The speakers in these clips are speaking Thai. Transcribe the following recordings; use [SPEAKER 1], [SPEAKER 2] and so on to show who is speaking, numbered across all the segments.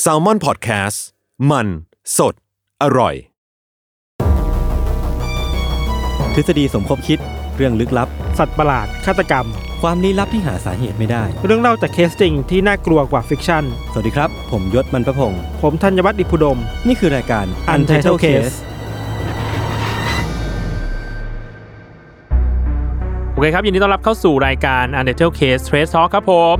[SPEAKER 1] แซลมอนพอดแคสต์มันสดอร่อย
[SPEAKER 2] ทฤษฎีสมคบคิดเรื่องลึกลับ
[SPEAKER 3] สัตว์ประหลาด ฆาตกรรม
[SPEAKER 2] ความลี้ลับที่หาสาเหตุไม่ได้
[SPEAKER 3] เรื่องเล่าจากเคสจริงที่น่ากลัวกว่าฟิกชั่น
[SPEAKER 2] สวัสดีครับ ผมยศมันประพงศ์
[SPEAKER 3] ผมธัญวัฒน์อิพุดม
[SPEAKER 2] นี่คือรายการ
[SPEAKER 3] Untitled Case
[SPEAKER 4] โอเคครับ ยินดีต้อนรับเข้าสู่รายการ u n d e r t a l e Case Trace Talk ครับผม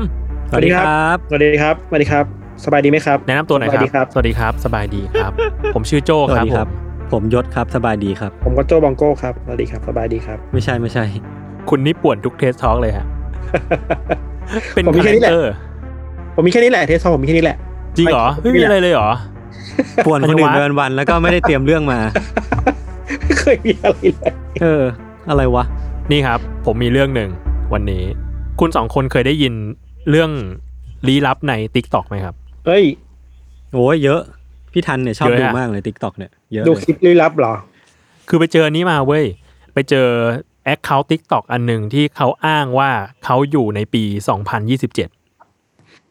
[SPEAKER 2] สวัสดีครับ
[SPEAKER 3] สวัสดีครับ สวัสดีครับ สบายดีไหมครับ
[SPEAKER 4] แนะนำตัวหน่อย
[SPEAKER 3] สวัสดี
[SPEAKER 4] ค
[SPEAKER 3] ครั
[SPEAKER 4] รับ
[SPEAKER 3] บ
[SPEAKER 4] สวัสดีครับ สบายดีครับ ผมชื่อโจ้ครับผม
[SPEAKER 2] ผมยศครับสบายดีครับ
[SPEAKER 3] ผมก็โจบองโก้ครับ สวัสดีครับ สบายดีครับ
[SPEAKER 2] ไม่ใช่ไม่ใช่
[SPEAKER 4] คุณนี่ป่วนทุกเทสทอ k เลยฮะ เป็น
[SPEAKER 3] ผมมี
[SPEAKER 4] คา
[SPEAKER 3] แค่
[SPEAKER 4] แร
[SPEAKER 3] นี้
[SPEAKER 4] ค
[SPEAKER 3] แหละ
[SPEAKER 4] เตอร์
[SPEAKER 3] ผมมีแค่นี้แหละเทสของผมมีแค่นี้แหละ
[SPEAKER 4] จริงเหรอ
[SPEAKER 3] ไม่
[SPEAKER 4] ไม่
[SPEAKER 3] มี
[SPEAKER 4] มี
[SPEAKER 3] อะ
[SPEAKER 4] อะไร ไรเลยเหรอ
[SPEAKER 2] ป่วนคนอื่น
[SPEAKER 4] มัน
[SPEAKER 2] ไป
[SPEAKER 4] จะวะ
[SPEAKER 2] วันๆแล้วก็ไม่ได้เตรียมเรื่องมา
[SPEAKER 3] ไม่เคยมีอะไรเลย
[SPEAKER 2] เออ อะไรวะ
[SPEAKER 4] นี่ครับ ผมมีเรื่องหนึ่งวันนี้ คุณสองคนเคยได้ยินเรื่องลี้ลับใน t ิ k t o k ไหมครับ
[SPEAKER 3] เอ้ย
[SPEAKER 2] โอ้ยเยอะ พี่ทันเนี่ยชอบ
[SPEAKER 4] เยอะ
[SPEAKER 2] ดู
[SPEAKER 4] อะ
[SPEAKER 2] มากเลยทิกตอกเนี่ยเยอะ
[SPEAKER 3] ดู
[SPEAKER 2] เล
[SPEAKER 3] คลิ
[SPEAKER 2] ย
[SPEAKER 3] ปลี้ลับเหรอ
[SPEAKER 4] คือไปเจออันนี้มาเว้ย ไปเจอแอคเคาท์ TikTok อันหนึ่งที่เขาอ้างว่าเขาอยู่ในปี 2027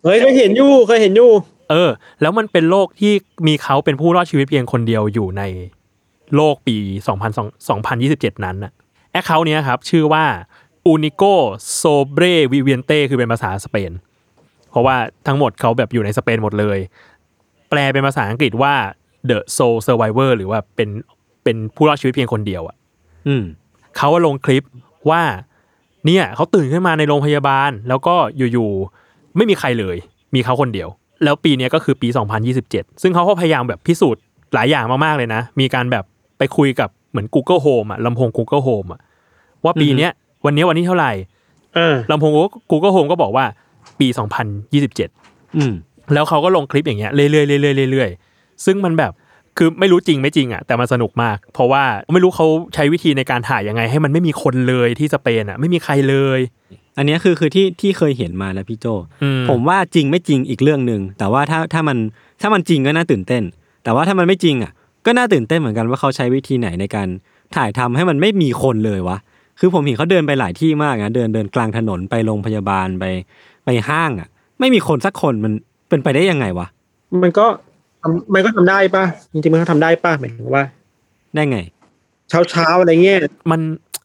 [SPEAKER 3] เฮ้ยเคยเห็นอยู่ เคยเห็นอยู่
[SPEAKER 4] เออ แล้วมันเป็นโลกที่มีเขาเป็นผู้รอดชีวิตเพียงคนเดียวอยู่ในโลกปี 2000 2027 นั้นน่ะแอคเคาท์เนี้ยครับ ชื่อว่า Unico Sobre Viviente คือเป็นภาษาสเปน เพราะว่าทั้งหมดเขาแบบอยู่ในสเปนหมดเลย แปลเป็นภาษาอังกฤษว่า The Soul Survivor หรือว่าเป็นเป็นผู้รอดชีวิตเพียงคนเดียวอะ
[SPEAKER 2] อืม
[SPEAKER 4] เขาว่าลงคลิปว่าเนี่ยเขาตื่นขึ้นมาในโรงพยาบาล แล้วก็อยู่ๆไม่มีใครเลย มีเขาคนเดียว แล้วปีเนี้ยก็คือปี 2027 ซึ่งเขาก็พยายามแบบพิสูจน์หลายอย่างมากๆเลยนะ มีการแบบไปคุยกับเหมือน Google Home อะลำโพง Google Home อะว่าปีเนี้ยวันเนี้ยวันนี้เท่าไหร่
[SPEAKER 3] อ่า
[SPEAKER 4] ลำโพง Google Home ก็บอกว่าปี 2027
[SPEAKER 2] อืม
[SPEAKER 4] แล้วเขาก็ลงคลิปอย่างเงี้ยเรื่อยๆเรื่อยๆเรื่อยๆซึ่งมันแบบคือไม่รู้จริงไม่จริงอ่ะแต่มันสนุกมาก เพราะว่าไม่รู้เขาใช้วิธีในการถ่ายยังไง ให้มันไม่มีคนเลยที่สเปนอ่ะไม่มีใครเลย
[SPEAKER 2] อันเนี้ยคือคือที่ที่เคยเห็นมานะพี่โจ
[SPEAKER 4] อืม
[SPEAKER 2] ผมว่าจริงไม่จริงอีกเรื่องหนึ่งแต่ว่าถ้าถ้ามันถ้ามันจริงก็น่าตื่นเต้น แต่ว่าถ้ามันไม่จริงอ่ะ ก็น่าตื่นเต้นเหมือนกันว่าเขาใช้วิธีไหนในการถ่ายทำให้มันไม่มีคนเลยวะคือผมเห็นเขาเดินไปหลายที่มากนะเดินเดินกลางถนนไปโรงพยาบาลไปไปห้างอ่ะ ไม่มีคนสักคนมันเป็นไปได้ยังไงวะ
[SPEAKER 3] มันก็ทำมันก็ทำได้ป่ะ จริงๆมันก็ทำได้ป่ะหมายถึงว่า
[SPEAKER 2] ได้ไง
[SPEAKER 3] เช้าเช้าๆอะไรเงี้ย
[SPEAKER 4] มัน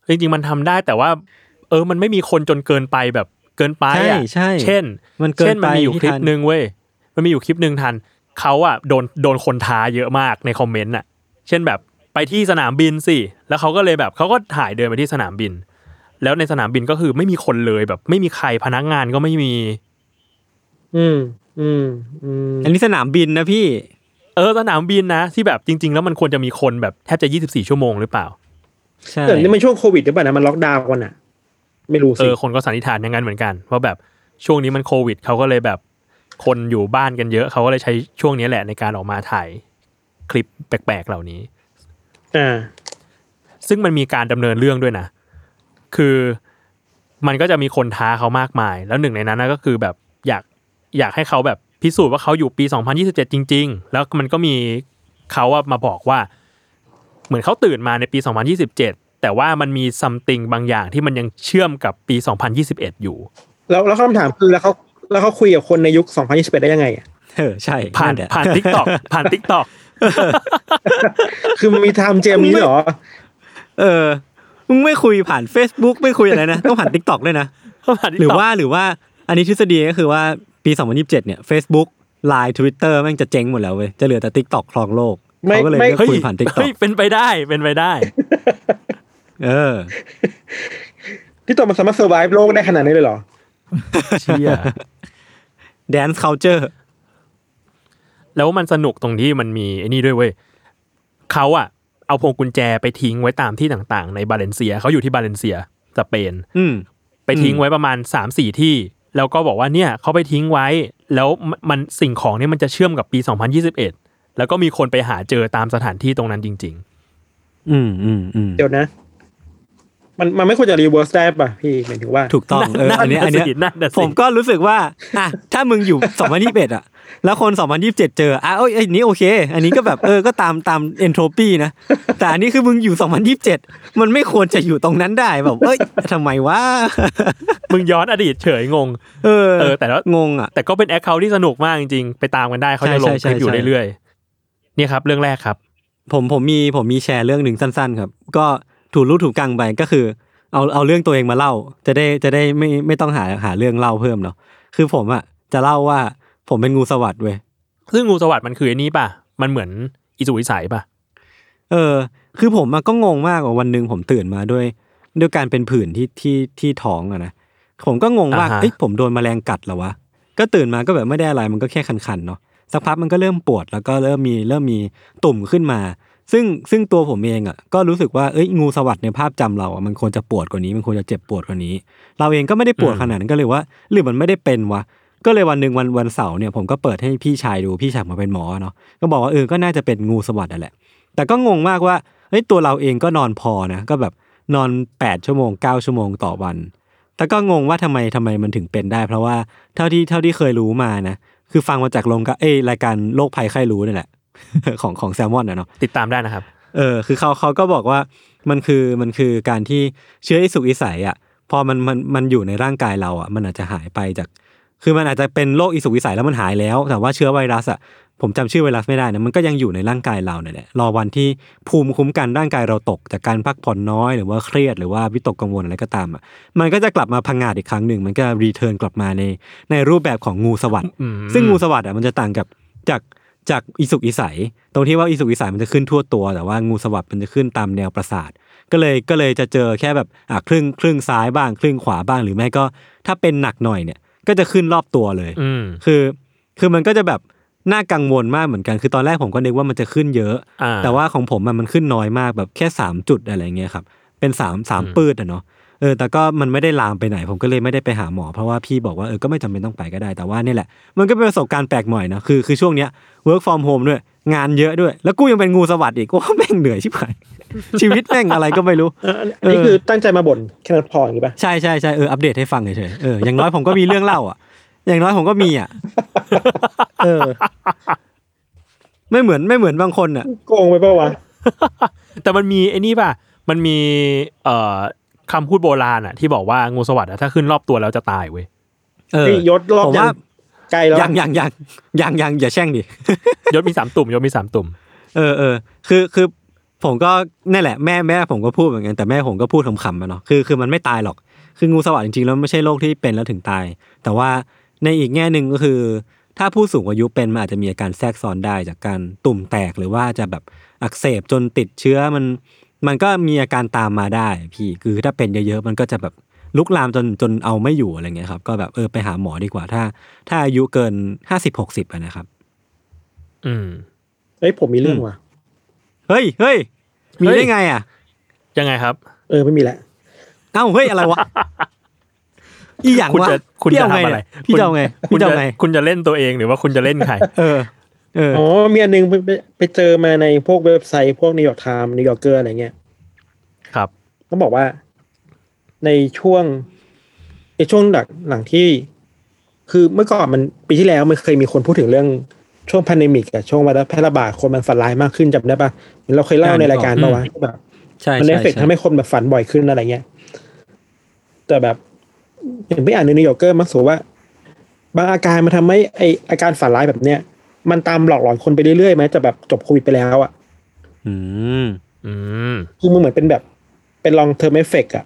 [SPEAKER 4] จริงๆมันทำได้แต่ว่า เออมันไม่มีคนจนเกินไปแบบเกินไปอ่ะ
[SPEAKER 2] ใช่ใช่
[SPEAKER 4] เช่น
[SPEAKER 2] มันเกินไป
[SPEAKER 4] ช่มันมีอยู่คลิ
[SPEAKER 2] พี่ทั
[SPEAKER 4] ป
[SPEAKER 2] น
[SPEAKER 4] หนึ่งเว้ยมันมีอยู่คลิปหนึ่งทันเขาอ่ะโดนโดนคนท้าเยอะมากในคอมเมนต์อ่ะ เช่นแบบไปที่สนามบินสิแล้วเขาก็เลยแบบเขาก็ถ่ายเดินไปที่สนามบิน แล้วในสนามบินก็คือไม่มีคนเลยแบบ ไม่มีใครพนักงานก็ไม่มี
[SPEAKER 3] อืม อืม อืม
[SPEAKER 2] อันนี้สนามบินนะพี่
[SPEAKER 4] เออสนามบินนะที่แบบจริง ๆ แล้วมันควรจะมีคนแบบแทบจะ 24 ชั่วโมงหรือเปล่า
[SPEAKER 2] ใช่
[SPEAKER 3] เดี๋ยวนี้มันช่วงโควิดหรือเปล่านะมันล็อกดาวน์กันอ่ะ ไม่รู้
[SPEAKER 4] เอ
[SPEAKER 3] สิ
[SPEAKER 4] อคนก็สันนิษฐานอย่างนั้นเหมือนกันว่าแบบช่วงนี้มันโควิดเขาก็เลยแบบคนอยู่บ้านกันเยอะเขาก็เลยใช้ช่วงนี้แหละในการออกมาถ่ายคลิปแปลกๆเหล่านี้
[SPEAKER 3] อ่า
[SPEAKER 4] ซึ่งมันมีการดำเนินเรื่องด้วยนะ คือมันก็จะมีคนท้าเขามากมาย แล้วหนึ่งในนั้นนะก็คือแบบอยากอยากให้เขาแบบพิสูจน์ว่าเขาอยู่ปี 2027 จริง ๆ แล้วมันก็มีเขาอะมาบอกว่า เหมือนเขาตื่นมาในปี 2027 แต่ว่ามันมีซัมติงบางอย่างที่มันยังเชื่อมกับปี 2021 อยู่
[SPEAKER 3] แล้วแล้วคำถามคือแล้วเขาแล้วเขาคุยกับคนในยุค 2021 ได้ยังไงอะ
[SPEAKER 2] เออใช่
[SPEAKER 4] ผ่าน
[SPEAKER 2] แหละ
[SPEAKER 4] ผ่านทิกตอกผ่านทิกตอก
[SPEAKER 3] คือมันมีไทม์เจมนี้เหรอ
[SPEAKER 2] เออมึงไม่คุยผ่าน Facebook ไม่คุยอะไรนะ ต้องผ่านทิกตอกด้วยนะ
[SPEAKER 4] ผ่าน TikTok
[SPEAKER 2] หรือว่าหรือว่าอันนี้ทฤษฎีก็คือว่าปี 2027 เนี่ย Facebook Line Twitter แม่งจะเจ๊งหมดแล้วเว้ย จะเหลือแต่ TikTok ครองโลก
[SPEAKER 3] ไม่
[SPEAKER 2] เขาก็เลย
[SPEAKER 3] ไม่
[SPEAKER 2] เลือก
[SPEAKER 4] เฮ้ย
[SPEAKER 2] คุยผ่าน TikTok
[SPEAKER 4] เฮ้ยเป็นไปได้เป็นไปได้
[SPEAKER 2] เออ
[SPEAKER 3] ที่ตัวมันสามารถเซอร์ไวโลกได้ขนาดนี้เลยเหรอ
[SPEAKER 4] เชี่ย
[SPEAKER 2] Dance Culture
[SPEAKER 4] แล้วมันสนุกตรงที่มันมีไอ้นี่ด้วยเว้ยเขาอะเอาพวงกุญแจไปทิ้งไว้ตามที่ต่างๆ ในบาเลนเซียเขาอยู่ที่บาเลนเซียสเปน
[SPEAKER 2] อืม
[SPEAKER 4] ไปทิ้งไว้ประมาณ3ามสี่ที่ แล้วก็บอกว่าเนี่ยเขาไปทิ้งไว้ แล้วมันสิ่งของเนี่ยมันจะเชื่อมกับปี 2021 แล้วก็มีคนไปหาเจอตามสถานที่ตรงนั้นจริง
[SPEAKER 2] อืมอืมอืม
[SPEAKER 3] เดี๋ยวนะ มันมันไม่ควรจะรีเวิร์สได้ป่ะพี่หมายถึงว่า
[SPEAKER 2] ถูกต้องเออ
[SPEAKER 4] นั่น
[SPEAKER 2] อันเนี้ย
[SPEAKER 4] น่ะ
[SPEAKER 2] อันเนี้ย
[SPEAKER 4] สินั่นน่ะสิ
[SPEAKER 2] ผมก็รู้สึกว่าอ่ะถ้ามึงอยู่ 2021อ่ะ แล้วคน 2027 เจออ่ะเอ้ยไอ้นี้โอเค อันนี้ก็แบบเออก็ตามตามเอนโทรปีนะ แต่อันนี้คือมึงอยู่ 2027 มันไม่ควรจะอยู่ตรงนั้นได้แบบเอ้ยทำไมวะ
[SPEAKER 4] ๆ มึงย้อนอดีตเฉยงง
[SPEAKER 2] เออ
[SPEAKER 4] เออแต่ละ
[SPEAKER 2] งงอ่ะ
[SPEAKER 4] แต่ก็เป็นแอคเคาท์ที่สนุกมากจริงๆ ไปตามกันได้เขาจะลง
[SPEAKER 2] ใช่ใช่
[SPEAKER 4] คลิปอยู่
[SPEAKER 2] ใช่
[SPEAKER 4] เรื่อยๆเนี่ยครับเรื่องแรกครับ
[SPEAKER 2] ผมผมมีผมมีแชร์เรื่องหนึ่งสั้น ๆ ครับ ก็ถูรูดถูกกังไปก็คือ เอาเอาเรื่องตัวเองมาเล่า จะได้จะได้ไม่ไม่ต้องหาหาเรื่องเล่าเพิ่มเนาะคือผมอ่ะจะเล่าว่าผมเป็นงูสวัสด์เว้ย
[SPEAKER 4] ซึ่งงูสวัสด์มันคือไอันนี้ป่ะ มันเหมือนอิสุวิสัยป่ะ
[SPEAKER 2] เออ คือผมอะก็งงมากว่าวันหนึ่งผมตื่นมาด้วย ด้วยการเป็นผื่นที่ที่ที่ท้องอะนะผมก็งงว่า
[SPEAKER 4] อ่าฮะ
[SPEAKER 2] เอ้ยผมโดนแมลงกัดเหรอวะก็ตื่นมาก็แบบไม่ได้อะไรมันก็แค่คันๆเนาะสักพักมันก็เริ่มปวดแล้วก็เริ่มมีเริ่มมีตุ่มขึ้นมา ซึ่งซึ่งตัวผมเองอ่ะก็รู้สึกว่าเอ้ยงูสวัสดในภาพจำเราอ่ะมันควรจะปวดกว่านี้ มันควรจะเจ็บปวดกว่านี้ เราเองก็ไม่ได้ปวด
[SPEAKER 4] อืม
[SPEAKER 2] ขนาดนั้นก็เลยว่า หรือมันไม่ได้เป็นวะก็เลยวันหนึ่งวันวันเสาร์เนี่ยผมก็เปิดให้พี่ชายดูพี่ชายผมเป็นหมอเนาะก็บอกว่าเออก็น่าจะเป็นงูสวัสดนั่นแหละ แต่ก็งงมากว่าเฮ้ยตัวเราเองก็นอนพอนะก็แบบนอน 8 ชั่วโมง 9 ชั่วโมงต่อวัน แต่ก็งงว่าทำไมทำไมมันถึงเป็นได้ เพราะว่าเท่าที่เท่าที่เคยรู้มานะคือฟังมาจากลงกะเอ้ยรายการโรคภัยไข้รู้นี่แหละ ของของแซลมอนนะเนาะ
[SPEAKER 4] ติดตามได้นะครับ
[SPEAKER 2] เออคือเขาเขาก็บอกว่ามันคือมันคือการที่เชื้ออิสุกอิสัยอ่ะพอมันมันมันอยู่ในร่างกายเราอ่ะมันอาจจะหายไปจาก คือมันอาจจะเป็นโรคอิสุกอิสัยแล้วมันหายแล้ว แต่ว่าเชื้อไวรัสอ่ะผมจำชื่อไวรัสไม่ได้นะมันก็ยังอยู่ในร่างกายเราเนี่ยแหละรอวันที่ภูมิคุ้มกันร่างกายเราตก จากการพักผ่อนน้อยหรือว่าเครียดหรือว่าวิตกกังวลอะไรก็ตามอ่ะมันก็จะกลับมาพังงาดอีกครั้งหนึ่งมันก็รีเทิร์นกลับมาในในรูปแบบของงูสวัสด์
[SPEAKER 4] อืม
[SPEAKER 2] ซึ่งงูสวัสด์อ่ะมันจะต่างกับจากจากอีสุกอีใสยตรงที่ว่าอีสุกอีใสยมันจะขึ้นทั่วตัว แต่ว่างูสวัสด์มันจะขึ้นตามแนวประสาท ก็เลยก็เลยจะเจอแค่แบบอ่ะครึ่งครึ่งซ้ายบ้าง ครึ่งขวาบ้างหรือไม่ก็ถ้าเป็นหนักหน่อยเนี่ยก็จะขึ้นรอบตัวเลย
[SPEAKER 4] อืม
[SPEAKER 2] คือคือมันก็จะแบบน่ากังวลมากเหมือนกัน คือตอนแรกผมก็นึกว่ามันจะขึ้นเยอะ
[SPEAKER 4] อ่า
[SPEAKER 2] แต่ว่าของผมมันมันขึ้นน้อยมากแบบแค่สามจุดอะไรเงี้ยครับ เป็นสามสามปืดอะเนาะเออแต่ก็มันไม่ได้ลามไปไหน ผมก็เลยไม่ได้ไปหาหมอ เพราะว่าพี่บอกว่าเออก็ไม่จำเป็นต้องไปก็ได้แต่ว่านี่แหละ มันก็เป็นประสบการณ์แปลกใหม่นะคือคือช่วงเนี้ย work from home ด้วย งานเยอะด้วย แล้วกูยังเป็นงูสวัสดอีกโอ้แม่งเหนื่อยชิบหาย ชีวิตแม่งอะไรก็ไม่รู้
[SPEAKER 3] เอออันนี้คือตั้งใจมาบ่นแค่นั้นพออย่างนี้ป่ะ
[SPEAKER 2] ใช่ใช่ใช่เอออัปเดตให้ฟังเฉยๆเอออย่างน้อยผมก็มีเรื่องเล่าอ่ะ อย่างน้อยผมก็มีอ่ะ
[SPEAKER 3] เออ
[SPEAKER 2] ไม่เหมือนไม่เหมือนบางคนอ่ะ
[SPEAKER 3] โกงไปป่าวะ
[SPEAKER 4] แต่มันมีไอ้นี่ป่ะ มันมีเอ่อคำพูดโบราณอ่ะ ที่บอกว่างูสวัสด์อะถ้าขึ้นรอบตัวแล้วจะตายเว้ย
[SPEAKER 2] เออ
[SPEAKER 3] นี่ยศรอบ
[SPEAKER 2] ผม
[SPEAKER 3] ยั
[SPEAKER 2] ว่าง
[SPEAKER 3] ไกลแล้ว
[SPEAKER 2] ยังยังยังยังยังอย่าแช่งดิ
[SPEAKER 4] ยศมีสามตุ่มยศมีสามตุ่ม
[SPEAKER 2] เออเออคือคือผมก็นั่นแหละแม่แม่ผมก็พูดเหมือนกันแต่แม่ผมก็พูดขำๆมาเนาะคือคือมันไม่ตายหรอก คืองูสวัสด์จริงๆแล้วไม่ใช่โรคที่เป็นแล้วถึงตาย แต่ว่าในอีกแง่หนึ่งก็คือ ถ้าผู้สูงอายุเป็นมันอาจจะมีอาการแทรกซ้อนได้จากการตุ่มแตกหรือว่าจะแบบอักเสบจนติดเชื้อมัน มันก็มีอาการตามมาได้พี่คือถ้าเป็นเยอะๆ มันก็จะแบบลุกลามจนจนเอาไม่อยู่อะไรเงี้ยครับ ก็แบบเออไปหาหมอดีกว่าถ้า ถ้าอายุเกินห้าสิบหกสิบนะครับ
[SPEAKER 4] อืม
[SPEAKER 3] เฮ้ยผมมีเรื่องว่ะ
[SPEAKER 2] เฮ้ยเฮ้ยมี
[SPEAKER 4] เฮ้
[SPEAKER 2] ได้
[SPEAKER 4] ย
[SPEAKER 2] ไงอ่ะ
[SPEAKER 4] ยังไงครับ
[SPEAKER 3] เออไม่มีละ
[SPEAKER 2] เอ้าเฮ้ยอะไรวะ อีหยัง
[SPEAKER 4] คุณ
[SPEAKER 2] วะ
[SPEAKER 4] จะคุณ
[SPEAKER 2] พี่
[SPEAKER 4] จะ
[SPEAKER 2] เา
[SPEAKER 4] ทำ
[SPEAKER 2] ง
[SPEAKER 4] อะไร
[SPEAKER 2] เนี่ยพี่จะเอาไง
[SPEAKER 4] คุณ
[SPEAKER 2] พี่จะ
[SPEAKER 4] จะ
[SPEAKER 2] เอาไง
[SPEAKER 4] คุณจะเล่นตัวเองหรือว่าคุณจะเล่นใคร
[SPEAKER 2] เออ เออ
[SPEAKER 3] อ๋อมีอันนึงไปไปไปเจอมาในพวกเว็บไซต์พวกนิวยอร์กไทม์นิวยอร์กเกอร์อะไรเงี้ย
[SPEAKER 4] ครับ
[SPEAKER 3] ต้องบอกว่าในช่วงในช่วงหลังหลังที่ คือเมื่อก่อนมันปีที่แล้วมันเคยมีคนพูดถึงเรื่องช่วงพันเดมิกอะช่วงไวรัสแพร่ระบาดคนมันฝันร้ายมากขึ้นจำได้ปะเราเคยเล่าในรายการปะวะแบบ
[SPEAKER 2] ใช่
[SPEAKER 3] มัน
[SPEAKER 2] ใช่
[SPEAKER 3] เอฟเฟกต์
[SPEAKER 2] ใช่
[SPEAKER 3] ทำให้คนแบบฝันบ่อยขึ้นอะไรเงี้ย แต่แบบอย่างไม่อ่านในนิวยอร์กเกอร์มักสูว่า บางอาการมันทำให้ไออาการฝันร้ายแบบเนี้ยมันตามหลอกหลอนคนไปเรื่อยๆไหมจะแบบจบโควิดไปแล้วอะ
[SPEAKER 2] อืม
[SPEAKER 4] อืม
[SPEAKER 3] คือมันเหมือนเป็นแบบเป็นลองเทอร์มเอฟเฟกอะ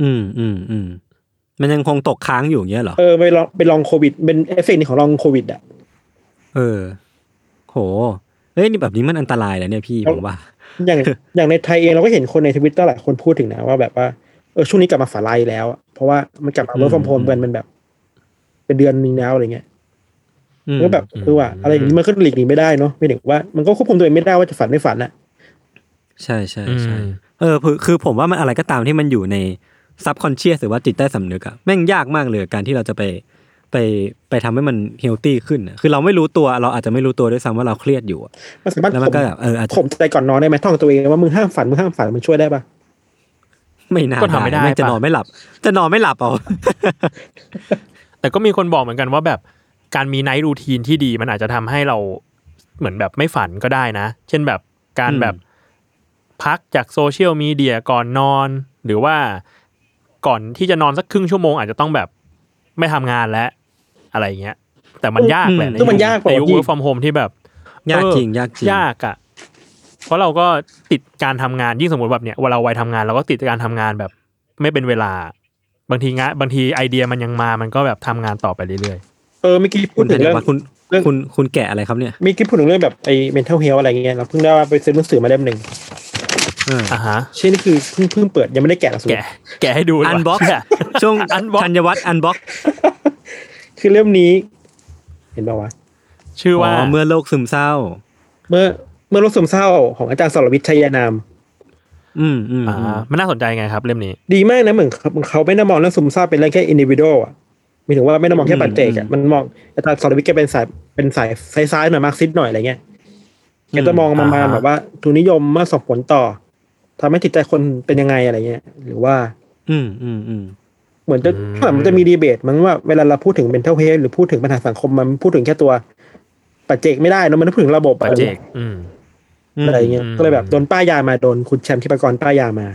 [SPEAKER 2] อืมอืมอืมมันยังคงตกค้างอยู่อย่างเงี้ยเหรอ
[SPEAKER 3] เออไปนลองเป็นลองโควิด เป็นเอฟเฟกต์ของลองโควิดอะ
[SPEAKER 2] เออ โหเฮ้ยนี่แบบนี้มันอันตรายแล้วเนี่ยพี่ผมว่า
[SPEAKER 3] อย่าง อย่างในไทยเองเราก็เห็นคนในทวิตเตอร์หลายคนพูดถึงนะว่าแบบว่าเออช่วงนี้กลับมาฝันร้ายแล้วอะเพราะว่ามันกลับมาเวิร์กฟอร์มโฮมกันเป็นแบบ เป็นเดือนนึงแล้วอะไรเงี้ย
[SPEAKER 2] อืม
[SPEAKER 3] ก็แบบคือว่าอะไรอย่างนี้มันก็หลีกหนีไม่ได้เนาะไม่ถึงว่ามันก็ควบคุมตัวเองไม่ได้ว่าจะฝันไม่ฝันน่ะ
[SPEAKER 2] ใช่ใช่ใช่
[SPEAKER 4] อืม
[SPEAKER 2] เออคือคือผมว่ามันอะไรก็ตามที่มันอยู่ในซับคอนเชียสหรือว่าจิตใต้สำนึกอะแม่งยากมากเลยการที่เราจะไป ไปไปทำให้มันเฮลตี้ขึ้นอะคือเราไม่รู้ตัวเราอาจจะไม่รู้ตัวด้วยซ้ำว่าเราเครียดอยู่อะ
[SPEAKER 3] มันสามารถ
[SPEAKER 2] แล้วมัน
[SPEAKER 3] ข่ม
[SPEAKER 2] ก็แบบเอออาจจะ
[SPEAKER 3] ข่มใจก่อนนอนได้ไหมท่องตัวเองว่ามึงห้ามฝันมึงห้ามฝันมันช่วยได้ปะ
[SPEAKER 2] ไม่น่า
[SPEAKER 4] ก็ทำไม่ได้
[SPEAKER 2] แงจะ
[SPEAKER 4] ปะ
[SPEAKER 2] นอนไม่หลับ จะนอนไม่หลับเอา
[SPEAKER 4] แต่ก็มีคนบอกเหมือนกันว่าแบบการมีไนท์รูทีนที่ดีมันอาจจะทำให้เราเหมือนแบบไม่ฝันก็ได้นะ เช่นแบบการ
[SPEAKER 2] อืม
[SPEAKER 4] แบบพักจากโซเชียลมีเดียก่อนนอน หรือว่าก่อนที่จะนอนสักครึ่งชั่วโมง อาจจะต้องแบบไม่ทำงานแล้วอะไรเงี้ย แต่มันยากแหละ
[SPEAKER 2] อืม
[SPEAKER 4] ใน
[SPEAKER 3] ซึ่งมันยากกว่า
[SPEAKER 4] ในยุค
[SPEAKER 3] ที่
[SPEAKER 4] work from home ที่แบบ
[SPEAKER 2] ยาก
[SPEAKER 4] เออ
[SPEAKER 2] จริงยากจริง
[SPEAKER 4] ยากอะเพราะเราก็ติดการทำงานยิ่งสมมติแบบเนี้ยเวลาเราวัยทำงานเราก็ติดการทำงานแบบไม่เป็นเวลา บางทีงะบางทีไอเดียมันยังมามันก็แบบทำงานต่อไปเรื่อย
[SPEAKER 3] เออเมื่อกี้พู
[SPEAKER 2] คุ
[SPEAKER 3] ด
[SPEAKER 2] ณ
[SPEAKER 3] ถึ
[SPEAKER 2] ธั
[SPEAKER 3] ง
[SPEAKER 2] ญ
[SPEAKER 3] เรื่อง
[SPEAKER 2] วัฒน์คุณ
[SPEAKER 3] เรื่อง
[SPEAKER 2] คุณคุณแกะอะไรครับเนี่ย
[SPEAKER 3] เมื่อกี้พูดถึงเรื่องแบบไอ้ mental health อะไรเงี้ยเราเพิ่งได้ว่าไปซื้อหนังสือมาเล่มหนึ่ง
[SPEAKER 2] เออ
[SPEAKER 4] ๆอ่ะฮะ
[SPEAKER 3] เช่นนี่คือเพิ่งเพิ่งเปิดยังไม่ได้แกะหนังสือ
[SPEAKER 4] แกะแกะให้ดู
[SPEAKER 2] อัน
[SPEAKER 4] ดี
[SPEAKER 2] บ็ อ
[SPEAKER 4] ว่า
[SPEAKER 2] ก
[SPEAKER 4] เชื่
[SPEAKER 2] ช่วง
[SPEAKER 4] Unbox
[SPEAKER 2] ธัญวัฒน์อันบ็อก
[SPEAKER 3] คือเล่มนี้ เห็นป่าวะ
[SPEAKER 4] ชื่อ
[SPEAKER 2] อ๋
[SPEAKER 4] ว่า
[SPEAKER 2] อเมื่อโลกซึมเศร้า
[SPEAKER 3] เมื่อเมื่อโรคซึมเศร้าของอาจารย์สรวิทย์ชัยนาม
[SPEAKER 2] อืมอืม
[SPEAKER 4] อ่
[SPEAKER 2] อื
[SPEAKER 4] าม มันน่าสนใจไงครับ เล่มนี้
[SPEAKER 3] ดีมากนะเหมือนเขาเขาไม่ได้มองเรื่องซึมเศร้าเป็นเรื่องแค่อินดิวิโดอ่ะหมายถึงว่าไม่ได้มองแค่ปัจเจกอ่ะมันมองอาจารย์สรวิทย์แกเป็นสายเป็นสายซ้ายๆหน่อยมาร์กซิสต์หน่อยอะไรเงี้ยแกจะมองมา
[SPEAKER 4] อ่าฮะ
[SPEAKER 3] แบบว่าทุนนิยมมาส่งผลต่อทำให้จิตใจคนเป็นยังไงอะไรเงี้ย หรือว่า
[SPEAKER 2] อืมอืมอืม
[SPEAKER 3] เหมือนจะถ้ามันจะมีดีเบตมั้งว่าเวลาเราพูดถึง mental health หรือพูดถึงปัญหาสังคมมันพูดถึงแค่ตัวปัจเจกไม่ได้นะมันต้องพูดถึงระบบ
[SPEAKER 4] ปัจเจก
[SPEAKER 3] อ
[SPEAKER 4] อืม
[SPEAKER 2] อื
[SPEAKER 3] ะ
[SPEAKER 2] ม
[SPEAKER 3] ไรเงี้ย
[SPEAKER 4] อืม
[SPEAKER 3] ก็เลยแบบโดนป้ายยามาโดนคุณแชมป์ทิพกรป้ายยามา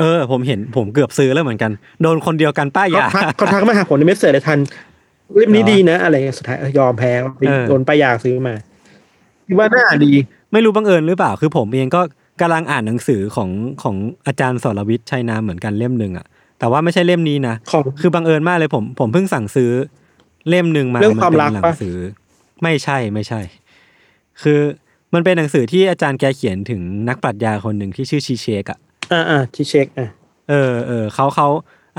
[SPEAKER 2] เออ ผมเห็นผมเกือบซื้อแล้วเหมือนกัน โดนคนเดียวกันป้าย
[SPEAKER 3] เขา
[SPEAKER 2] ยา
[SPEAKER 3] ทักเขาทักมาหาผมในเมสเซจเลยทันเล่มนี้
[SPEAKER 2] เหรอ
[SPEAKER 3] ดีนะ อะไรเงี้ยสุดท้ายยอมแพ้
[SPEAKER 2] เออ
[SPEAKER 3] โดนป้ายยาซื้อมาคิดว่าน่าอ่านดี
[SPEAKER 2] ไม่รู้บังเอิญหรือเปล่า คือผมเองก็กำลังอ่านหนังสือของของอาจารย์สรวิทย์ชัยนามเหมือนกันเล่มหนึ่งอะแต่ว่าไม่ใช่เล่มนี้นะ
[SPEAKER 3] ของ
[SPEAKER 2] คือบังเอิญมากเลยผมผมเพิ่งสั่งซื้อเล่มหนึ่งมา
[SPEAKER 3] เรื่องความ
[SPEAKER 2] นป็น
[SPEAKER 3] รัก
[SPEAKER 2] หนั
[SPEAKER 3] ปะ
[SPEAKER 2] สือ ไม่ใช่ไม่ใช่ คือมันเป็นหนังสือที่อาจารย์แกเขียนถึงนักปรัชญาคนหนึ่งที่ชื่อชีเชกอะ
[SPEAKER 3] อ่าอ่าที่เช็คอ่ะ
[SPEAKER 2] เออเออเขาเขา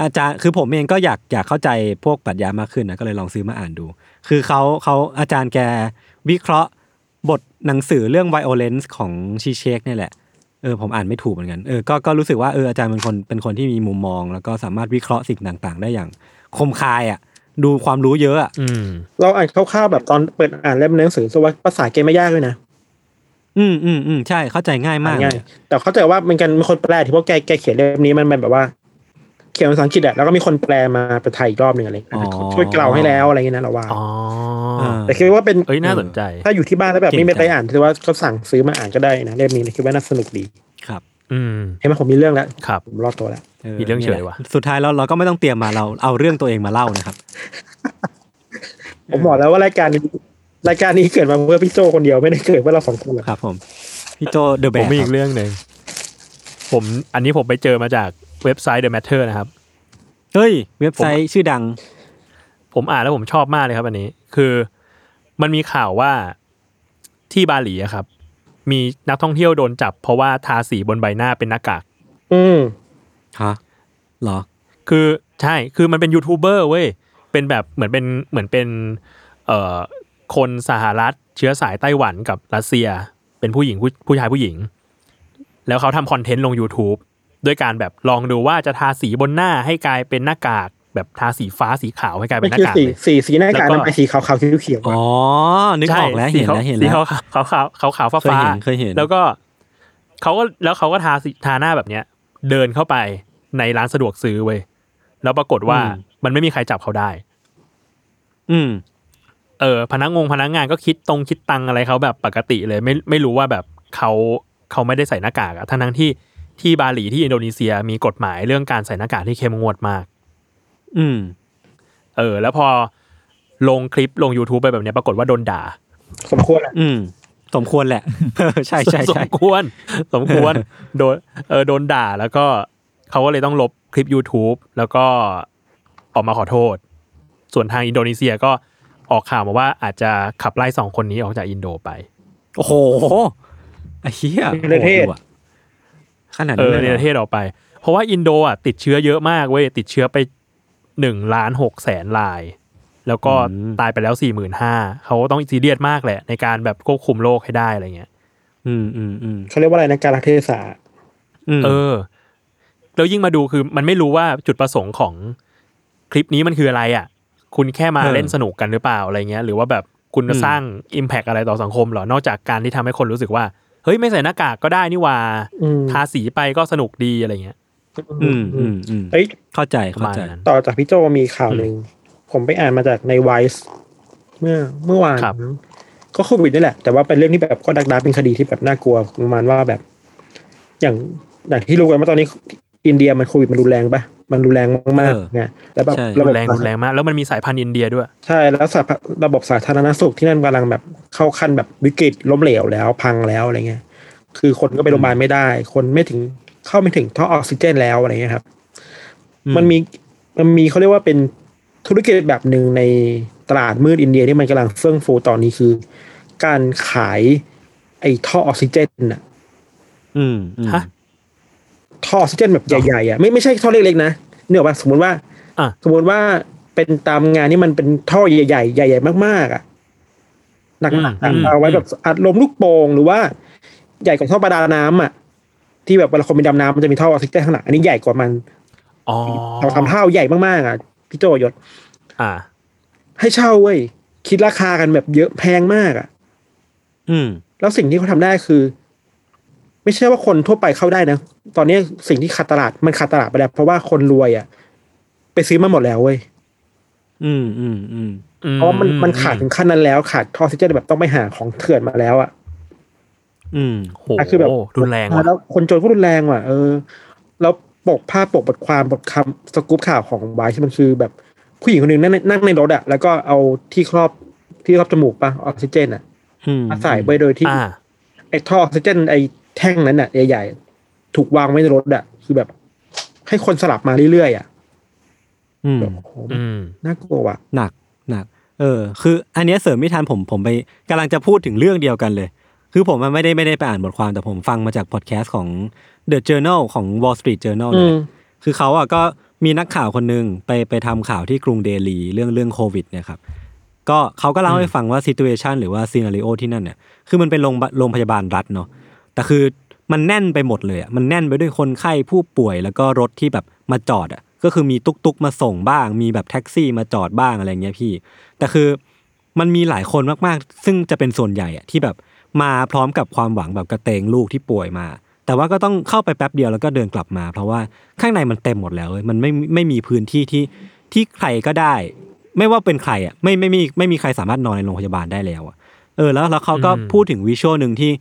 [SPEAKER 2] อาจารย์คือผมเองก็อยากอยากเข้าใจพวกปรัชญามากขึ้นนะก็เลยลองซื้อมาอ่านดู คือเขาเขาอาจารย์แกวิเคราะห์บทหนังสือเรื่อง violence ของชีเชกเนี่ยแหละ เออผมอ่านไม่ถูกเหมือนกันเออก็ก็รู้สึกว่าเอออาจารย์เป็นคนเป็นคนที่มีมุมมอง แล้วก็สามารถวิเคราะห์สิ่งต่าง ๆ ได้อย่างคมคายอ่ะ ดูความรู้เยอะอ่ะ
[SPEAKER 4] อืม
[SPEAKER 3] เราอ่านคร่าวๆแบบตอนเปิดอ่านเล่มหนังสือสวัสภาษาเกมไม่ยากเลยนะ
[SPEAKER 2] อืมอืมอืมใช่เข้าใจง่ายมา
[SPEAKER 3] อ่าก นง่ายแต่เข้าใจว่ามันกันมีคนแปลที่พวกแกแกเขียนเล่มนี้มันเป็นแบบว่า เขียนเป็นภาษาอังกฤษอะแล้วก็มีคนแปลมาเป็นไทยอีกรอบหนึ่งอะไรเงี้ยช่วยเกลาให้แล้วอะไรเงี้ยนะเราว่า
[SPEAKER 4] อ๋อ
[SPEAKER 2] เออ
[SPEAKER 3] แต่คิดว่าเป็น
[SPEAKER 4] เอ้ยน่าสนใจ
[SPEAKER 3] ถ้าอยู่ที่บ้านแล้วแบบไม่
[SPEAKER 4] เก่ง
[SPEAKER 3] ไม่
[SPEAKER 4] จัง
[SPEAKER 3] ไปอ่านคือว่าก็สั่งซื้อมาอ่านก็ได้นะเล่มนี้นะคิดว่าน่าสนุกดี
[SPEAKER 2] ครับ
[SPEAKER 4] อืม
[SPEAKER 3] เห็นไหมผมมีเรื่องแล้ว
[SPEAKER 4] ครับ
[SPEAKER 3] ผมรอดตัวแล้ว
[SPEAKER 4] มีเรื่องเฉยว่ะ
[SPEAKER 2] สุดท้ายแล้วเราก็ไม่ต้องเตรียมมาเราเอาเรื่องตัวเองมาเล่านะครับ
[SPEAKER 3] ผมบอกแล้วว่ารายการนี้รายการนี้เกิดมาเพื่อพี่โจคนเดียวไม่ได้เกิดเพื่อเราสองคนหรอก
[SPEAKER 2] ครับ ผมพี่โจเดอะแบ
[SPEAKER 4] ผม
[SPEAKER 2] ก
[SPEAKER 4] มีอีกเรื่องหนึ่งผมอันนี้ผมไปเจอมาจากเว็บไซต์ The Matter นะครับ
[SPEAKER 2] เฮ้ยเว็บไซต์ชื่อดัง
[SPEAKER 4] ผมอ่านแล้วผมชอบมากเลยครับอันนี้ คือมันมีข่าวว่าที่บาหลีอะครับ มีนักท่องเที่ยวโดนจับ เพราะว่าทาสีบนใบหน้าเป็นหน้ากาก
[SPEAKER 3] อืม
[SPEAKER 2] ฮะเหรอ
[SPEAKER 4] คือใช่คือมันเป็นยูทูบเบอร์เว้ยเป็นแบบเหมือนเป็นเหมือนเป็นเอ่อคนสหรัฐเชื้อสายไต้หวันกับรัสเซีย เป็นผู้หญิงผู้ผู้ชายผู้หญิง แล้วเขาทำคอนเทนต์ลง YouTube ด้วยการแบบลองดูว่าจะทาสีบนหน้าให้กลายเป็นหน้ากาก แบบทาสีฟ้าสีขาวให้กลายเป็
[SPEAKER 3] มัน
[SPEAKER 4] นหน้า
[SPEAKER 3] คือก
[SPEAKER 4] าก
[SPEAKER 3] สี
[SPEAKER 4] เลย
[SPEAKER 3] สีสีหน้ากาก
[SPEAKER 4] แล้วก็
[SPEAKER 3] มันเป็นสีขาวขาวๆเขียวๆ
[SPEAKER 2] อ๋
[SPEAKER 3] อะ
[SPEAKER 2] อ นึกออกแล้ว
[SPEAKER 4] สี
[SPEAKER 2] เห็น
[SPEAKER 4] ขา
[SPEAKER 2] แล้วเห็น
[SPEAKER 4] สี
[SPEAKER 2] แล้ว
[SPEAKER 4] ขาวขาวขาวขาวขาว
[SPEAKER 2] เคย
[SPEAKER 4] ฟ้าฟ้า
[SPEAKER 2] เห็นเคยเห็น
[SPEAKER 4] แล้วก็เขาก็แล้วเขาก็ทาสีทาหน้าแบบเนี้ย เดินเข้าไปในร้านสะดวกซื้อเว้ยแล้วปรากฏว่ามันไม่มีใครจับเขาได้
[SPEAKER 2] อืม
[SPEAKER 4] เออพนักงงพนักงานก็คิดตรงคิดตังอะไรเขาแบบปกติเลยไม่ไม่รู้ว่าแบบเขาเขาไม่ได้ใส่หน้ากากอะทั้งทั้งๆที่ที่บาหลีที่อินโดนีเซียมีกฎหมายเรื่องการใส่หน้ากากที่เข้มงวดมาก
[SPEAKER 2] อืม
[SPEAKER 4] เออ แล้วพอลงคลิปลง YouTube ไปแบบเนี้ยปรากฏว่าโดนด่า
[SPEAKER 3] สมควรอะ
[SPEAKER 2] อืม สมควรแหละ ใช่ใช่
[SPEAKER 4] สม
[SPEAKER 2] ใช่
[SPEAKER 4] ควร สมควร โดนเออโดนด่าแล้วก็เขาก็เลยต้องลบคลิป YouTube แล้วก็ออกมาขอโทษ ส่วนทางอินโดนีเซียก็ออกข่าวมาว่าอาจจะขับไล่สองคนนี้ออกจากอินโดไป
[SPEAKER 2] โอ้โหไอ้เหี้ย
[SPEAKER 3] ในประเทศ
[SPEAKER 2] โหดว่ะขนาด
[SPEAKER 4] เอ
[SPEAKER 2] นี้
[SPEAKER 4] อ
[SPEAKER 2] เลย
[SPEAKER 4] ใน
[SPEAKER 2] เหร
[SPEAKER 4] ป
[SPEAKER 2] อ
[SPEAKER 4] ระเทศออกไป เพราะว่าอินโดอ่ะติดเชื้อเยอะมากเว้ยติดเชื้อไปหนึ่งล้านหกแสนราย แล้วก็ตายไปแล้วสี่หมื่นห้าเขาก็ต้องซีเรียสมากแหละ ในการแบบควบคุมโรคให้ได้อะไรเงี้ย
[SPEAKER 2] อืมอืมอืม
[SPEAKER 3] เขาเรียกว่าอะไรนะการรักเทศะ
[SPEAKER 2] อืม
[SPEAKER 4] เออ แล้วยิ่งมาดูคือมันไม่รู้ว่าจุดประสงค์ของคลิปนี้มันคืออะไรอ่ะ คุณแค่มา
[SPEAKER 2] เออ
[SPEAKER 4] เล่นสนุกกันหรือเปล่าอะไรเงี้ย หรือว่าแบบคุณจะสร้าง Impact อะไรต่อสังคมเหรอนอกจากการที่ทำให้คนรู้สึกว่า เฮ้ยไม่ใส่หน้ากากก็ได้นี่หว่า
[SPEAKER 3] อืม
[SPEAKER 4] ทาสีไปก็สนุกดีอะไรเงี้ย
[SPEAKER 2] อืมอืมอืม
[SPEAKER 3] เอ้ย
[SPEAKER 2] เข้าใจ
[SPEAKER 4] ประ
[SPEAKER 2] เข้า
[SPEAKER 4] มาณ
[SPEAKER 2] ใจ
[SPEAKER 4] นั้น
[SPEAKER 3] ต่อจากพี่โจมีข่าวหนึ่ง ผมไปอ่านมาจากในไวส์เมื่อเมื่อวาน
[SPEAKER 4] ครับ
[SPEAKER 3] ก็โควิดนี่แหละ แต่ว่าเป็นเรื่องที่แบบก็ดักดาเป็นคดีที่แบบน่ากลัวประมาณว่าแบบ อย่างอย่างที่รู้กันว่าตอนนี้ อินเดียมันโควิดมันรุนแรงปะมันรุนแรงมาก
[SPEAKER 2] เออ
[SPEAKER 3] ๆไงแล้วแบบ
[SPEAKER 2] ใช่
[SPEAKER 3] ระบบ
[SPEAKER 4] แรงรุนแรงมาก แล้วมันมีสายพันธุ์อินเดียด้วย
[SPEAKER 3] ใช่แล้วสาธารระบบสาธารณสุขที่นั่นกำลังแบบเข้าขั้นแบบวิกฤตล้มเหลวแล้วพังแล้วอะไรเงี้ยคือคนก็ไปโรงพยาบาลไม่ได้ คนไม่ถึงเข้าไม่ถึงท่อออกซิเจนแล้วอะไรเงี้ยครับ
[SPEAKER 2] อื
[SPEAKER 3] มันมีมันมีเขาเรียกว่าเป็นธุรกิจแบบหนึ่งในตลาดมืดอินเดียที่มันกำลังเฟื่องฟูตอนนี้คือ การขายไอ้ท่อออกซิเจนน่ะ
[SPEAKER 2] อืมอืม
[SPEAKER 4] ฮะ
[SPEAKER 3] ท่อออกซิเจนแบบใหญ่ๆอ่ะไม่ไม่ใช่ท่อเล็กๆนะเนื่อว่าสมมติว่า
[SPEAKER 4] อ่ะ
[SPEAKER 3] สมมติว่าเป็นตามงานที่มันเป็นท่อใหญ่ๆใหญ่ ๆ มากๆอ่ะหนักๆอะ
[SPEAKER 4] อืม
[SPEAKER 3] เอาไว้แบบอัดลมลูกโป่งหรือว่าใหญ่กว่าท่อประดาน้ำอ่ะที่แบบเวลาคนไปดำน้ำมันจะมีท่อออกซิเจนข้างหลังอันนี้ใหญ่กว่ามัน
[SPEAKER 4] อ๋อ
[SPEAKER 3] เราทำเท่าใหญ่มากๆอ่ะพี่โจยศ
[SPEAKER 4] อ่า
[SPEAKER 3] ให้เช่าเว้ยคิดราคากันแบบเยอะแพงมากอะ
[SPEAKER 2] อืม
[SPEAKER 3] แล้วสิ่งที่เขาทำได้คือ ไม่ใช่ว่าคนทั่วไปเข้าได้นะตอนนี้สิ่งที่ขาดตลาดมันขาดตลาดไปแล้วเพราะว่าคนรวยอะไปซื้อมาหมดแล้วเว้ย
[SPEAKER 2] อืมอืมอืม
[SPEAKER 3] เพราะมันมันขาดถึงขั้นนั้นแล้วขาดท่อออกซิเจนแบบต้องไปหาของเถื่อนมาแล้วอะ
[SPEAKER 2] อืม
[SPEAKER 4] โห
[SPEAKER 3] อ่ะคือแบบ
[SPEAKER 4] รุนแรงว่ะ
[SPEAKER 3] แล้วคนจนก็รุนแรงว่ะเออแล้วปกภาพปกบทความบทคำสกู๊ปข่าวของไวท์ที่มันคือแบบผู้หญิงคนหนึ่งนั่งในนั่งในรถอะแล้วก็เอาที่ครอบที่ครอบจมูกปะออกซิเจนอะ
[SPEAKER 2] อืม
[SPEAKER 3] มาใส่ไว้โดยที่
[SPEAKER 4] อ่า
[SPEAKER 3] ไอ้ท่อออกซิเจนไอ้แท่งนั้นน่ะใหญ่ๆถูกวางไว้ในรถอ่ะคือแบบ ให้คนสลับมาเรื่อยๆอ่ะ
[SPEAKER 2] อืม
[SPEAKER 3] แบบโอ้โห
[SPEAKER 4] อืม
[SPEAKER 3] น่ากลัวว่ะ
[SPEAKER 2] หนักหนัก เออ คือ อันเนี้ยเสริมไม่ทันผมผมไปกำลังจะพูดถึงเรื่องเดียวกันเลย คือผมอะไม่ได้ไม่ได้ไปอ่านบทความแต่ผมฟังมาจากพอดแคสต์ของ The Journal ของ Wall Street Journal เนี่ยแหละ คือเขาอ่ะก็มีนักข่าวคนหนึ่งไปไปทำข่าวที่กรุงเดลีเรื่องเรื่องโควิดเนี่ยครับก็เขาก็เล่าให้ฟังว่าซิตูเอชันหรือว่าซีนารีโอที่นั่นเนี่ยคือมันเป็นโรงโรงพยาบาลรัฐเนาะแต่คือมันแน่นไปหมดเลยอะมันแน่นไปด้วยคนไข้ผู้ป่วยแล้วก็รถที่แบบมาจอดอ่ะก็คือมีตุกตุกๆมาส่งบ้าง มีแบบแท็กซี่มาจอดบ้างอะไรเงี้ยพี่ แต่คือมันมีหลายคนมากๆ ซึ่งจะเป็นส่วนใหญ่อะที่แบบมาพร้อมกับความหวังแบบกระเตงลูกที่ป่วยมา แต่ว่าก็ต้องเข้าไปแป๊บเดียวแล้วก็เดินกลับมา เพราะว่าข้างในมันเต็มหมดแล้วเว้ยมันไม่ไม่มีพื้นที่ที่ที่ใครก็ได้ ไม่ว่าเป็นใครอ่ะไม่ไม่มีไม่มีใครสามารถนอนในโรงพยาบาลได้แล้วอะเออแล้วแล้วเขาก็
[SPEAKER 4] อืม
[SPEAKER 2] พูดถึงวิชวลหนึ่งที่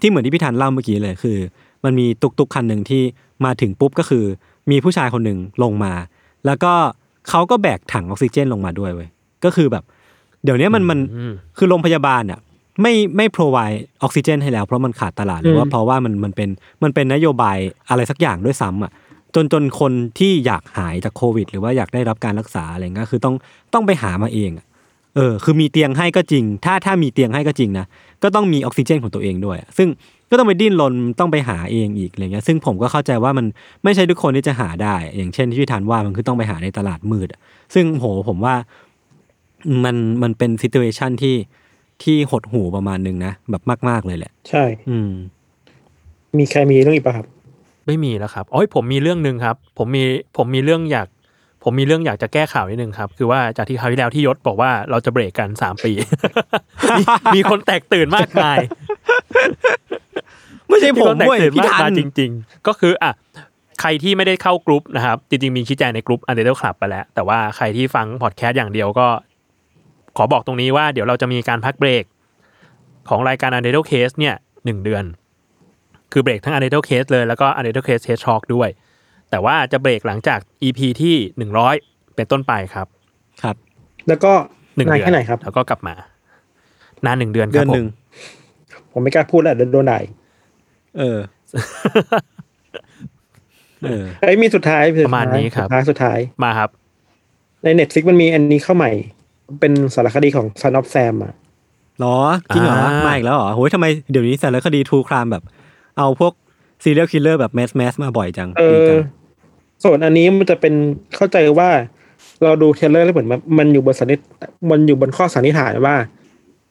[SPEAKER 2] ที่เหมือนที่พี่ธันเล่าเมื่อกี้เลยคือ มันมีตุกตุกๆคันหนึ่งที่มาถึงปุ๊บก็คือ มีผู้ชายคนหนึ่งลงมา แล้วก็เขาก็แบกถังออกซิเจนลงมาด้วยเว้ยก็คือแบบ เดี๋ยวเนี้ยมันมัน
[SPEAKER 4] อืม
[SPEAKER 2] คือโรงพยาบาลอ่ะไม่ไม่ provide ออกซิเจนให้แล้ว เพราะมันขาดตลาดหรือว่า
[SPEAKER 3] อืม
[SPEAKER 2] เพราะว่ามันมันเป็นมันเป็นนโยบายอะไรสักอย่างด้วยซ้ำอ่ะจนจนคนที่อยากหายจากโควิด หรือว่าอยากได้รับการรักษาอะไรเงี้ยคือต้องต้องไปหามาเองอะเออ คือมีเตียงให้ก็จริง ถ้าถ้ามีเตียงให้ก็จริงนะ ก็ต้องมีออกซิเจนของตัวเองด้วย ซึ่งก็ต้องไปดิ้นรนต้องไปหาเองอีกอะไรเงี้ย ซึ่งผมก็เข้าใจว่ามันไม่ใช่ทุกคนที่จะหาได้ อย่างเช่นที่พี่ธานว่ามันคือต้องไปหาในตลาดมืดอะซึ่งโหผมว่า มันมันเป็นซิ t u a t ชันที่ที่หดหูประมาณนึงนะ แบบมาก ๆ เลยแหละ
[SPEAKER 3] ใช่
[SPEAKER 2] อืม
[SPEAKER 3] มีใครมีเรื่องอีกป่ะครับ
[SPEAKER 4] ไม่มีแล้วครับโอ้ยผมมีเรื่องหนึ่งครับ ผมมีผมมีเรื่องอยาก ผมมีเรื่องอยากจะแก้ข่าวนิดนึงครับ คือว่าจากที่คราวที่แล้วที่ยศบอกว่าเราจะเบรกกันสามปี มีมีคนแตกตื่นมากมาย
[SPEAKER 2] ไม่ใช่ผม
[SPEAKER 4] ที่รถแตก
[SPEAKER 2] เว้ย
[SPEAKER 4] ตื่น
[SPEAKER 2] พี่
[SPEAKER 4] มาก
[SPEAKER 2] ธั
[SPEAKER 4] มาย
[SPEAKER 2] น
[SPEAKER 4] จริง ๆ ก็คืออ่ะใครที่ไม่ได้เข้ากรุ๊ปนะครับ จริง ๆ มีชี้แจงในกรุ๊ปอันเดอร์คลับไปแล้ว แต่ว่าใครที่ฟังพอดแคสต์อย่างเดียวก็ ขอบอกตรงนี้ว่าเดี๋ยวเราจะมีการพักเบรก ของรายการ u n d e r t a l Case เนี่ยหนึ่งเดือน คือเบรกทั้ง u n d e r t a l Case เลยแล้วก็ u n d e r t a l Case Test Talk ด้วย แต่ว่าจะเบรกหลังจาก EP ที่ 100 เป็นต้นไปครับ
[SPEAKER 2] ครับ
[SPEAKER 3] แล้วก็
[SPEAKER 4] หนึ่ง
[SPEAKER 3] นาน
[SPEAKER 4] เดือน
[SPEAKER 3] แค่ไหนครับ
[SPEAKER 4] แล้วก็กลับมา นานหนึ่งเดือนค
[SPEAKER 2] เดื
[SPEAKER 4] รั
[SPEAKER 2] อบ น
[SPEAKER 4] ผ
[SPEAKER 2] หนึ่
[SPEAKER 4] ม
[SPEAKER 2] ง
[SPEAKER 3] ผมไม่กล้าพูดแล้วเดี๋ยวโดนด่าอีก
[SPEAKER 2] เออ เออ
[SPEAKER 3] เอ้ยมีสุดท้ายสุดท้ย
[SPEAKER 4] ประมาณนี้ครับ
[SPEAKER 3] สุดท้ายสุดท้าย
[SPEAKER 4] มาครับ
[SPEAKER 3] ในเน็ตฟิกมันมีอันนี้เข้าใหม่ เป็นสารคดีของ Son of Sam อ่ะ
[SPEAKER 2] หรอ จริงเหรอ
[SPEAKER 4] อ่า
[SPEAKER 2] มาอีกแล้วเหรอโหยทำไมเดี๋ยวนี้สารคดีทูครามแบบ เอาพวกซีเรียลคิลเลอร์แบบแมสแมสมาบ่อยจัง
[SPEAKER 3] เอ
[SPEAKER 2] ดี
[SPEAKER 3] อ
[SPEAKER 2] จัง
[SPEAKER 3] ส่วนอันนี้มันจะเป็นเข้าใจว่า เราดูเทรลเลอร์แล้วเหมือนมันมันอยู่บนสันนิษมันอยู่บนข้อสันนิษฐานว่า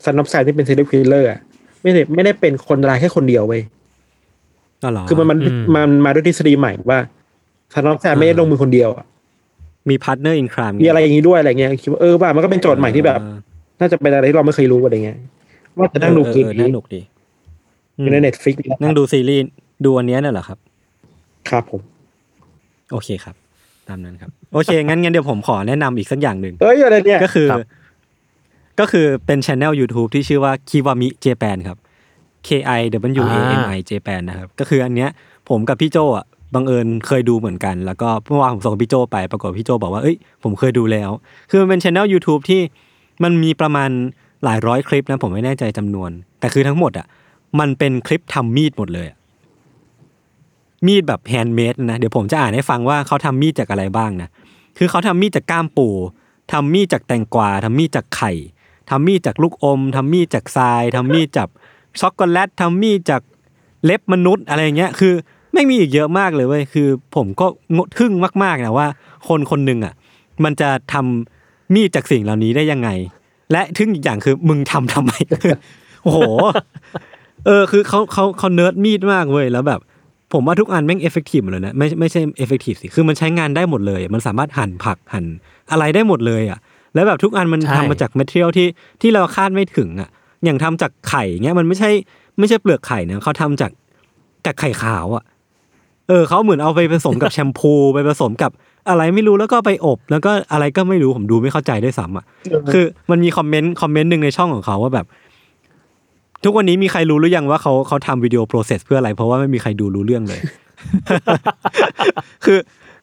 [SPEAKER 3] Son of Sam ที่เป็น serial killer อะไม่ได้ไม่ได้เป็นคนร้ายแค่คนเดียวเว้ย
[SPEAKER 2] อ๋อเหรอ
[SPEAKER 3] คือมันมัน
[SPEAKER 4] อืม
[SPEAKER 3] มันมาด้วยทฤษฎีใหม่ว่าซานอฟแซมไม่ได้
[SPEAKER 4] อ่า
[SPEAKER 3] ลงมือคนเดียวอะ
[SPEAKER 2] มีพาร์ทเนอร์อินคราม
[SPEAKER 3] มีอะไรอย่างนี้ด้วยอะไรเงี้ยคิดว่าเออว่ามันก็เป็นโจทย์ใหม่ที่แบบ น่าจะเป็นอะไรที่เราไม่เคยรู้อะไรเงี้ยว่าจะนั่งดูคืน
[SPEAKER 2] นั่
[SPEAKER 3] นี้
[SPEAKER 2] งดูดี
[SPEAKER 3] อยู่ในเน็ตฟิก
[SPEAKER 2] นั่งดูซีรีส์ดูอันเนี้ยน่ะเหรอครับ
[SPEAKER 3] ครับผม
[SPEAKER 2] โอเคครับ ตามนั้นครับ โอเค งั้นงั้นเดี๋ยวผมขอแนะนำอีกสักอย่างหนึ่ง
[SPEAKER 3] เอ้ยอะไรเนี่ย
[SPEAKER 2] ก็คือ
[SPEAKER 4] ครับ
[SPEAKER 2] ก็คือเป็นช anel YouTube ที่ชื่อว่า Kiwami Japan ครับ K I W A M I Japan นะครับ ก็คืออันเนี้ยผมกับพี่โจอ่ะบังเอิญเคยดูเหมือนกัน แล้วก็เมื่อวานผมส่งพี่โจไปปรากฏพี่โจบอกว่าเอ้ยผมเคยดูแล้ว คือมันเป็นช anel YouTube ที่มันมีประมาณหลายร้อยคลิปนะ ผมไม่แน่ใจจำนวน แต่คือทั้งหมดอ่ะมันเป็นคลิปทำมีดหมดเลยอะมีดแบบแฮนด์เมดนะ เดี๋ยวผมจะอ่านให้ฟังว่าเขาทำมีดจากอะไรบ้างนะ คือเขาทำมีดจากก้ามปูทำมีดจากแตงกวาทำมีดจากไข่ทำมีดจากลูกอมทำมีดจากทรายทำมีดจากช็อกโกแลตทำมีดจากเล็บมนุษย์อะไรอย่างเงี้ย คือไม่งมีอีกเยอะมากเลยเว้ย คือผมก็งดทึ่งมากๆนะว่า คนคนหนึ่งอ่ะ มันจะทำมีดจากสิ่งเหล่านี้ได้ยังไง และทึ่งอีกอย่างคือมึงทำทำไม โอ้โห เออ คือเขาเขาเขาเนิร์ดมีดมากเว้ย แล้วแบบ ผมว่าทุกอันแม่งเอฟเฟกตีฟหมดเลยนะไม่ไม่ใช่เอฟเฟกตีฟสิ คือมันใช้งานได้หมดเลย มันสามารถหั่นผักหั่นอะไรได้หมดเลยอ่ะ แล้วแบบทุกอันมัน
[SPEAKER 4] ใช่
[SPEAKER 2] ทำมาจากแมทเทียลที่ที่เราคาดไม่ถึงอ่ะ อย่างทำจากไข่เงี้ยมันไม่ใช่ไม่ใช่เปลือกไข่นะเขาทำจากจากไข่ขาวอ่ะ เออเขาเหมือนเอาไปผสมกับ แชมพู ไปผสมกับอะไรไม่รู้แล้วก็ไปอบ แล้วก็อะไรก็ไม่รู้ผมดูไม่เข้าใจด้วยซ้ำอ่ะ คือมันมีคอมเมนต์คอมเมนต์หนึ่งในช่องของเขาว่าแบบ ทุกวันนี้มีใครรู้หรือยังว่าเขาเขาทำวิดีโอโปรเซสเพื่ออะไร เพราะว่าไม่มีใครดูรู้เรื่องเลย คือ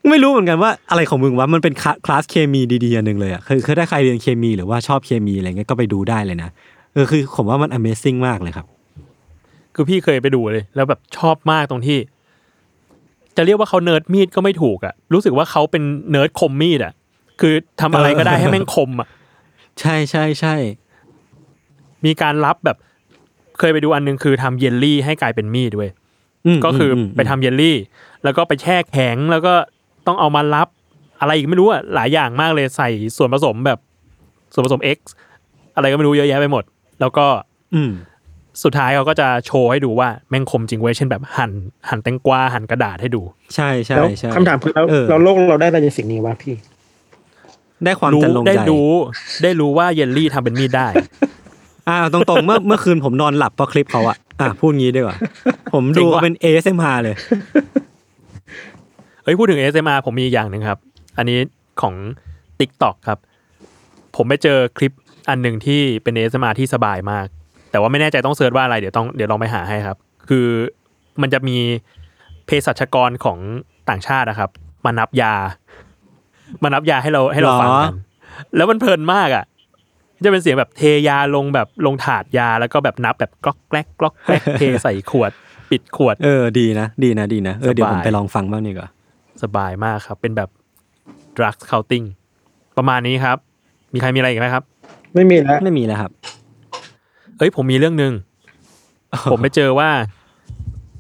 [SPEAKER 2] ไม่รู้เหมือนกันว่าอะไรของมึงวะมันเป็นคลาสเคมีดีๆอันหนึ่งเลยอ่ะคือคือถ้าใครเรียนเคมีหรือว่าชอบเคมีอะไรเงี้ยก็ไปดูได้เลยนะเออคือผมว่ามัน Amazing มากเลยครับ
[SPEAKER 4] คือพี่เคยไปดูเลย แล้วแบบชอบมากตรงที่ จะเรียกว่าเขาเนิร์ดมีดก็ไม่ถูกอะรู้สึกว่าเขาเป็นเนิร์ดคมมีดอะคือทำอะไรก็ได้ให้แม่งคมอะ
[SPEAKER 2] ใช่ใช่ใช่
[SPEAKER 4] มีการรับแบบเคยไปดูอันหนึงคือทำเยลลี่ให้กลายเป็นมีดเว้ย
[SPEAKER 2] ม
[SPEAKER 4] ก็คืออ
[SPEAKER 2] ม
[SPEAKER 4] ไปทำเยลลี่ แล้วก็ไปแช่แข็งแล้วก็ต้องเอามารับอะไรอีกไม่รู้อะหลายอย่างมากเลยใส่ส่วนผสมแบบส่วนผสม X อะไรก็ไม่รู้เยอะแยะไปหมด แล้วก็
[SPEAKER 2] อืม
[SPEAKER 4] สุดท้ายเขาก็จะโชว์ให้ดูว่าแม่งคมจริงเว้ยเช่นแบบหั่นหั่นแตงกวาหั่นกระดาษให้ดู
[SPEAKER 2] ใช่ใช่
[SPEAKER 3] แล้ว
[SPEAKER 2] ใช่
[SPEAKER 3] คำถามคือเรา
[SPEAKER 2] เออ
[SPEAKER 3] เราโลกเราได้อะไรจากสิ่งนี้วะพี่
[SPEAKER 2] ได้ความ
[SPEAKER 4] รู้
[SPEAKER 2] จันลงใจ
[SPEAKER 4] ได้รู้ได้รู้ว่าเยลลี่ทำเป็นมีดได้
[SPEAKER 2] อ่าตรงๆเมื่อเมื่อคืนผมนอนหลับเพราะคลิปเขาอะอ่ะพูดงี้ดีกว่า ผม
[SPEAKER 4] จริ
[SPEAKER 2] ดู
[SPEAKER 4] งว่ะ
[SPEAKER 2] เป็น ASMR เลย
[SPEAKER 4] เอ้ยพูดถึง ASMR ผมมีอีกอย่างหนึ่งครับ อันนี้ของ TikTok ครับ ผมไปเจอคลิปอันหนึ่งที่เป็น ASMR ที่สบายมาก แต่ว่าไม่แน่ใจต้องเซิร์ชว่าอะไรเดี๋ยวต้องเดี๋ยวลองไปหาให้ครับ คือมันจะมีเภสัชกรของต่างชาตินะครับ มานับยา มานับยาให้เราให้เรา
[SPEAKER 2] หรอ
[SPEAKER 4] ฟังกัน แล้วมันเพลินมากอ่ะ จะเป็นเสียงแบบเทยาลงแบบลงถาดยาแล้วก็แบบนับแบบกลอกแกลกกลอกแกลกเทใส่ขวด ปิดขวด
[SPEAKER 2] เออดีนะ ดีนะดีนะ เออเดี๋ยวผม
[SPEAKER 4] สบาย
[SPEAKER 2] ไปลองฟังบ้างดีกว่า
[SPEAKER 4] สบายมากครับ เป็นแบบ drugs counting ประมาณนี้ครับ มีใครมีอะไรอีกไหมครับ
[SPEAKER 3] ไม่มีแล้ว
[SPEAKER 2] ไม่มีแล้วครับ
[SPEAKER 4] เอ้ยผมมีเรื่องห นึ่ง ผมไปเจอว่า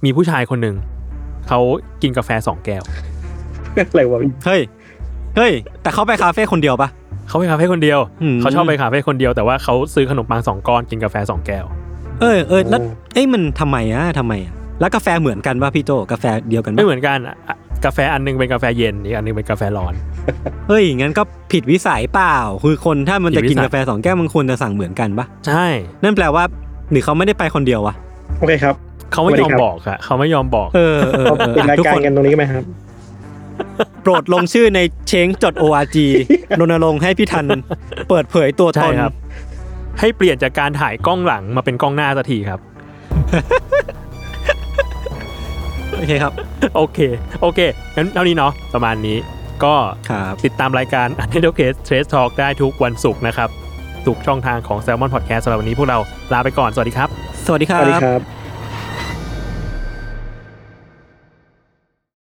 [SPEAKER 4] มีผู้ชายคนหนึ่ง เขากินกาแฟสองแก้ว
[SPEAKER 3] อะไรวะพี่
[SPEAKER 2] เฮ้ย เฮ้ย แต่เขาไปคาเฟ่คนเดียวปะ
[SPEAKER 4] เขาไปคาเฟ่คนเดียว
[SPEAKER 2] อืม
[SPEAKER 4] เขาชอบไปคาเฟ่คนเดียวแต่ว่าเขาซื้อขนมปังสองก้อนกินกาแฟสองแก้ว
[SPEAKER 2] เออเออแล้วเอ้ยมันทำไมอะทำไมอะแล้วกาแฟเหมือนกันปะพี่โจกาแฟเดียวกัน
[SPEAKER 4] ไม่
[SPEAKER 2] ปะ
[SPEAKER 4] เหมือนกันอะกาแฟอันหนึงเป็นกาแฟเย็นอีกอันหนึงเป็นกาแฟร้อน
[SPEAKER 2] เฮ้ยงั้นก็ผิดวิสัยเปล่า คือคนถ้ามันจะ
[SPEAKER 4] ผิ
[SPEAKER 2] กิ
[SPEAKER 4] ดวิ
[SPEAKER 2] น
[SPEAKER 4] สัย
[SPEAKER 2] กาแฟสองแก้วมันควรจะสั่งเหมือนกันปะ
[SPEAKER 4] ใช่
[SPEAKER 2] นั่นแปลว่าหรือเขาไม่ได้ไปคนเดียววะ
[SPEAKER 3] โอเคครับ
[SPEAKER 4] เขาไม่ย
[SPEAKER 3] สวั
[SPEAKER 4] อม
[SPEAKER 3] สดีครับ
[SPEAKER 4] บอกอะเขาไม่ยอมบอก
[SPEAKER 2] เออเออเออ
[SPEAKER 3] เป็น
[SPEAKER 2] อ่ะ
[SPEAKER 3] ราย
[SPEAKER 2] ทุก
[SPEAKER 3] การ
[SPEAKER 2] คน
[SPEAKER 3] กันตรงนี้ไหมครับ
[SPEAKER 2] โปรดลงชื่อในเชงจด org รณรงค์ให้พี่ทันเปิดเผยตัวต
[SPEAKER 4] ใช่
[SPEAKER 2] น
[SPEAKER 4] ครับ ให้เปลี่ยนจากการถ่ายกล้องหลังมาเป็นกล้องหน้าสักทีครับ
[SPEAKER 2] โอเคครับ
[SPEAKER 4] โอเค โอเค งั้นเท่านี้เนาะ ประมาณนี้ ก็
[SPEAKER 2] ครับ
[SPEAKER 4] ติดตามรายการ u n d e r c a s e Trace Talk ได้ทุกวันศุกร์นะครับ ทุกช่องทางของ Salmon Podcast สำหรับวันนี้พวกเราลาไปก่อน สวัสดีครับ
[SPEAKER 2] สวัสดีค
[SPEAKER 3] ส
[SPEAKER 2] รั
[SPEAKER 3] วัสดี
[SPEAKER 2] บ
[SPEAKER 3] ครับ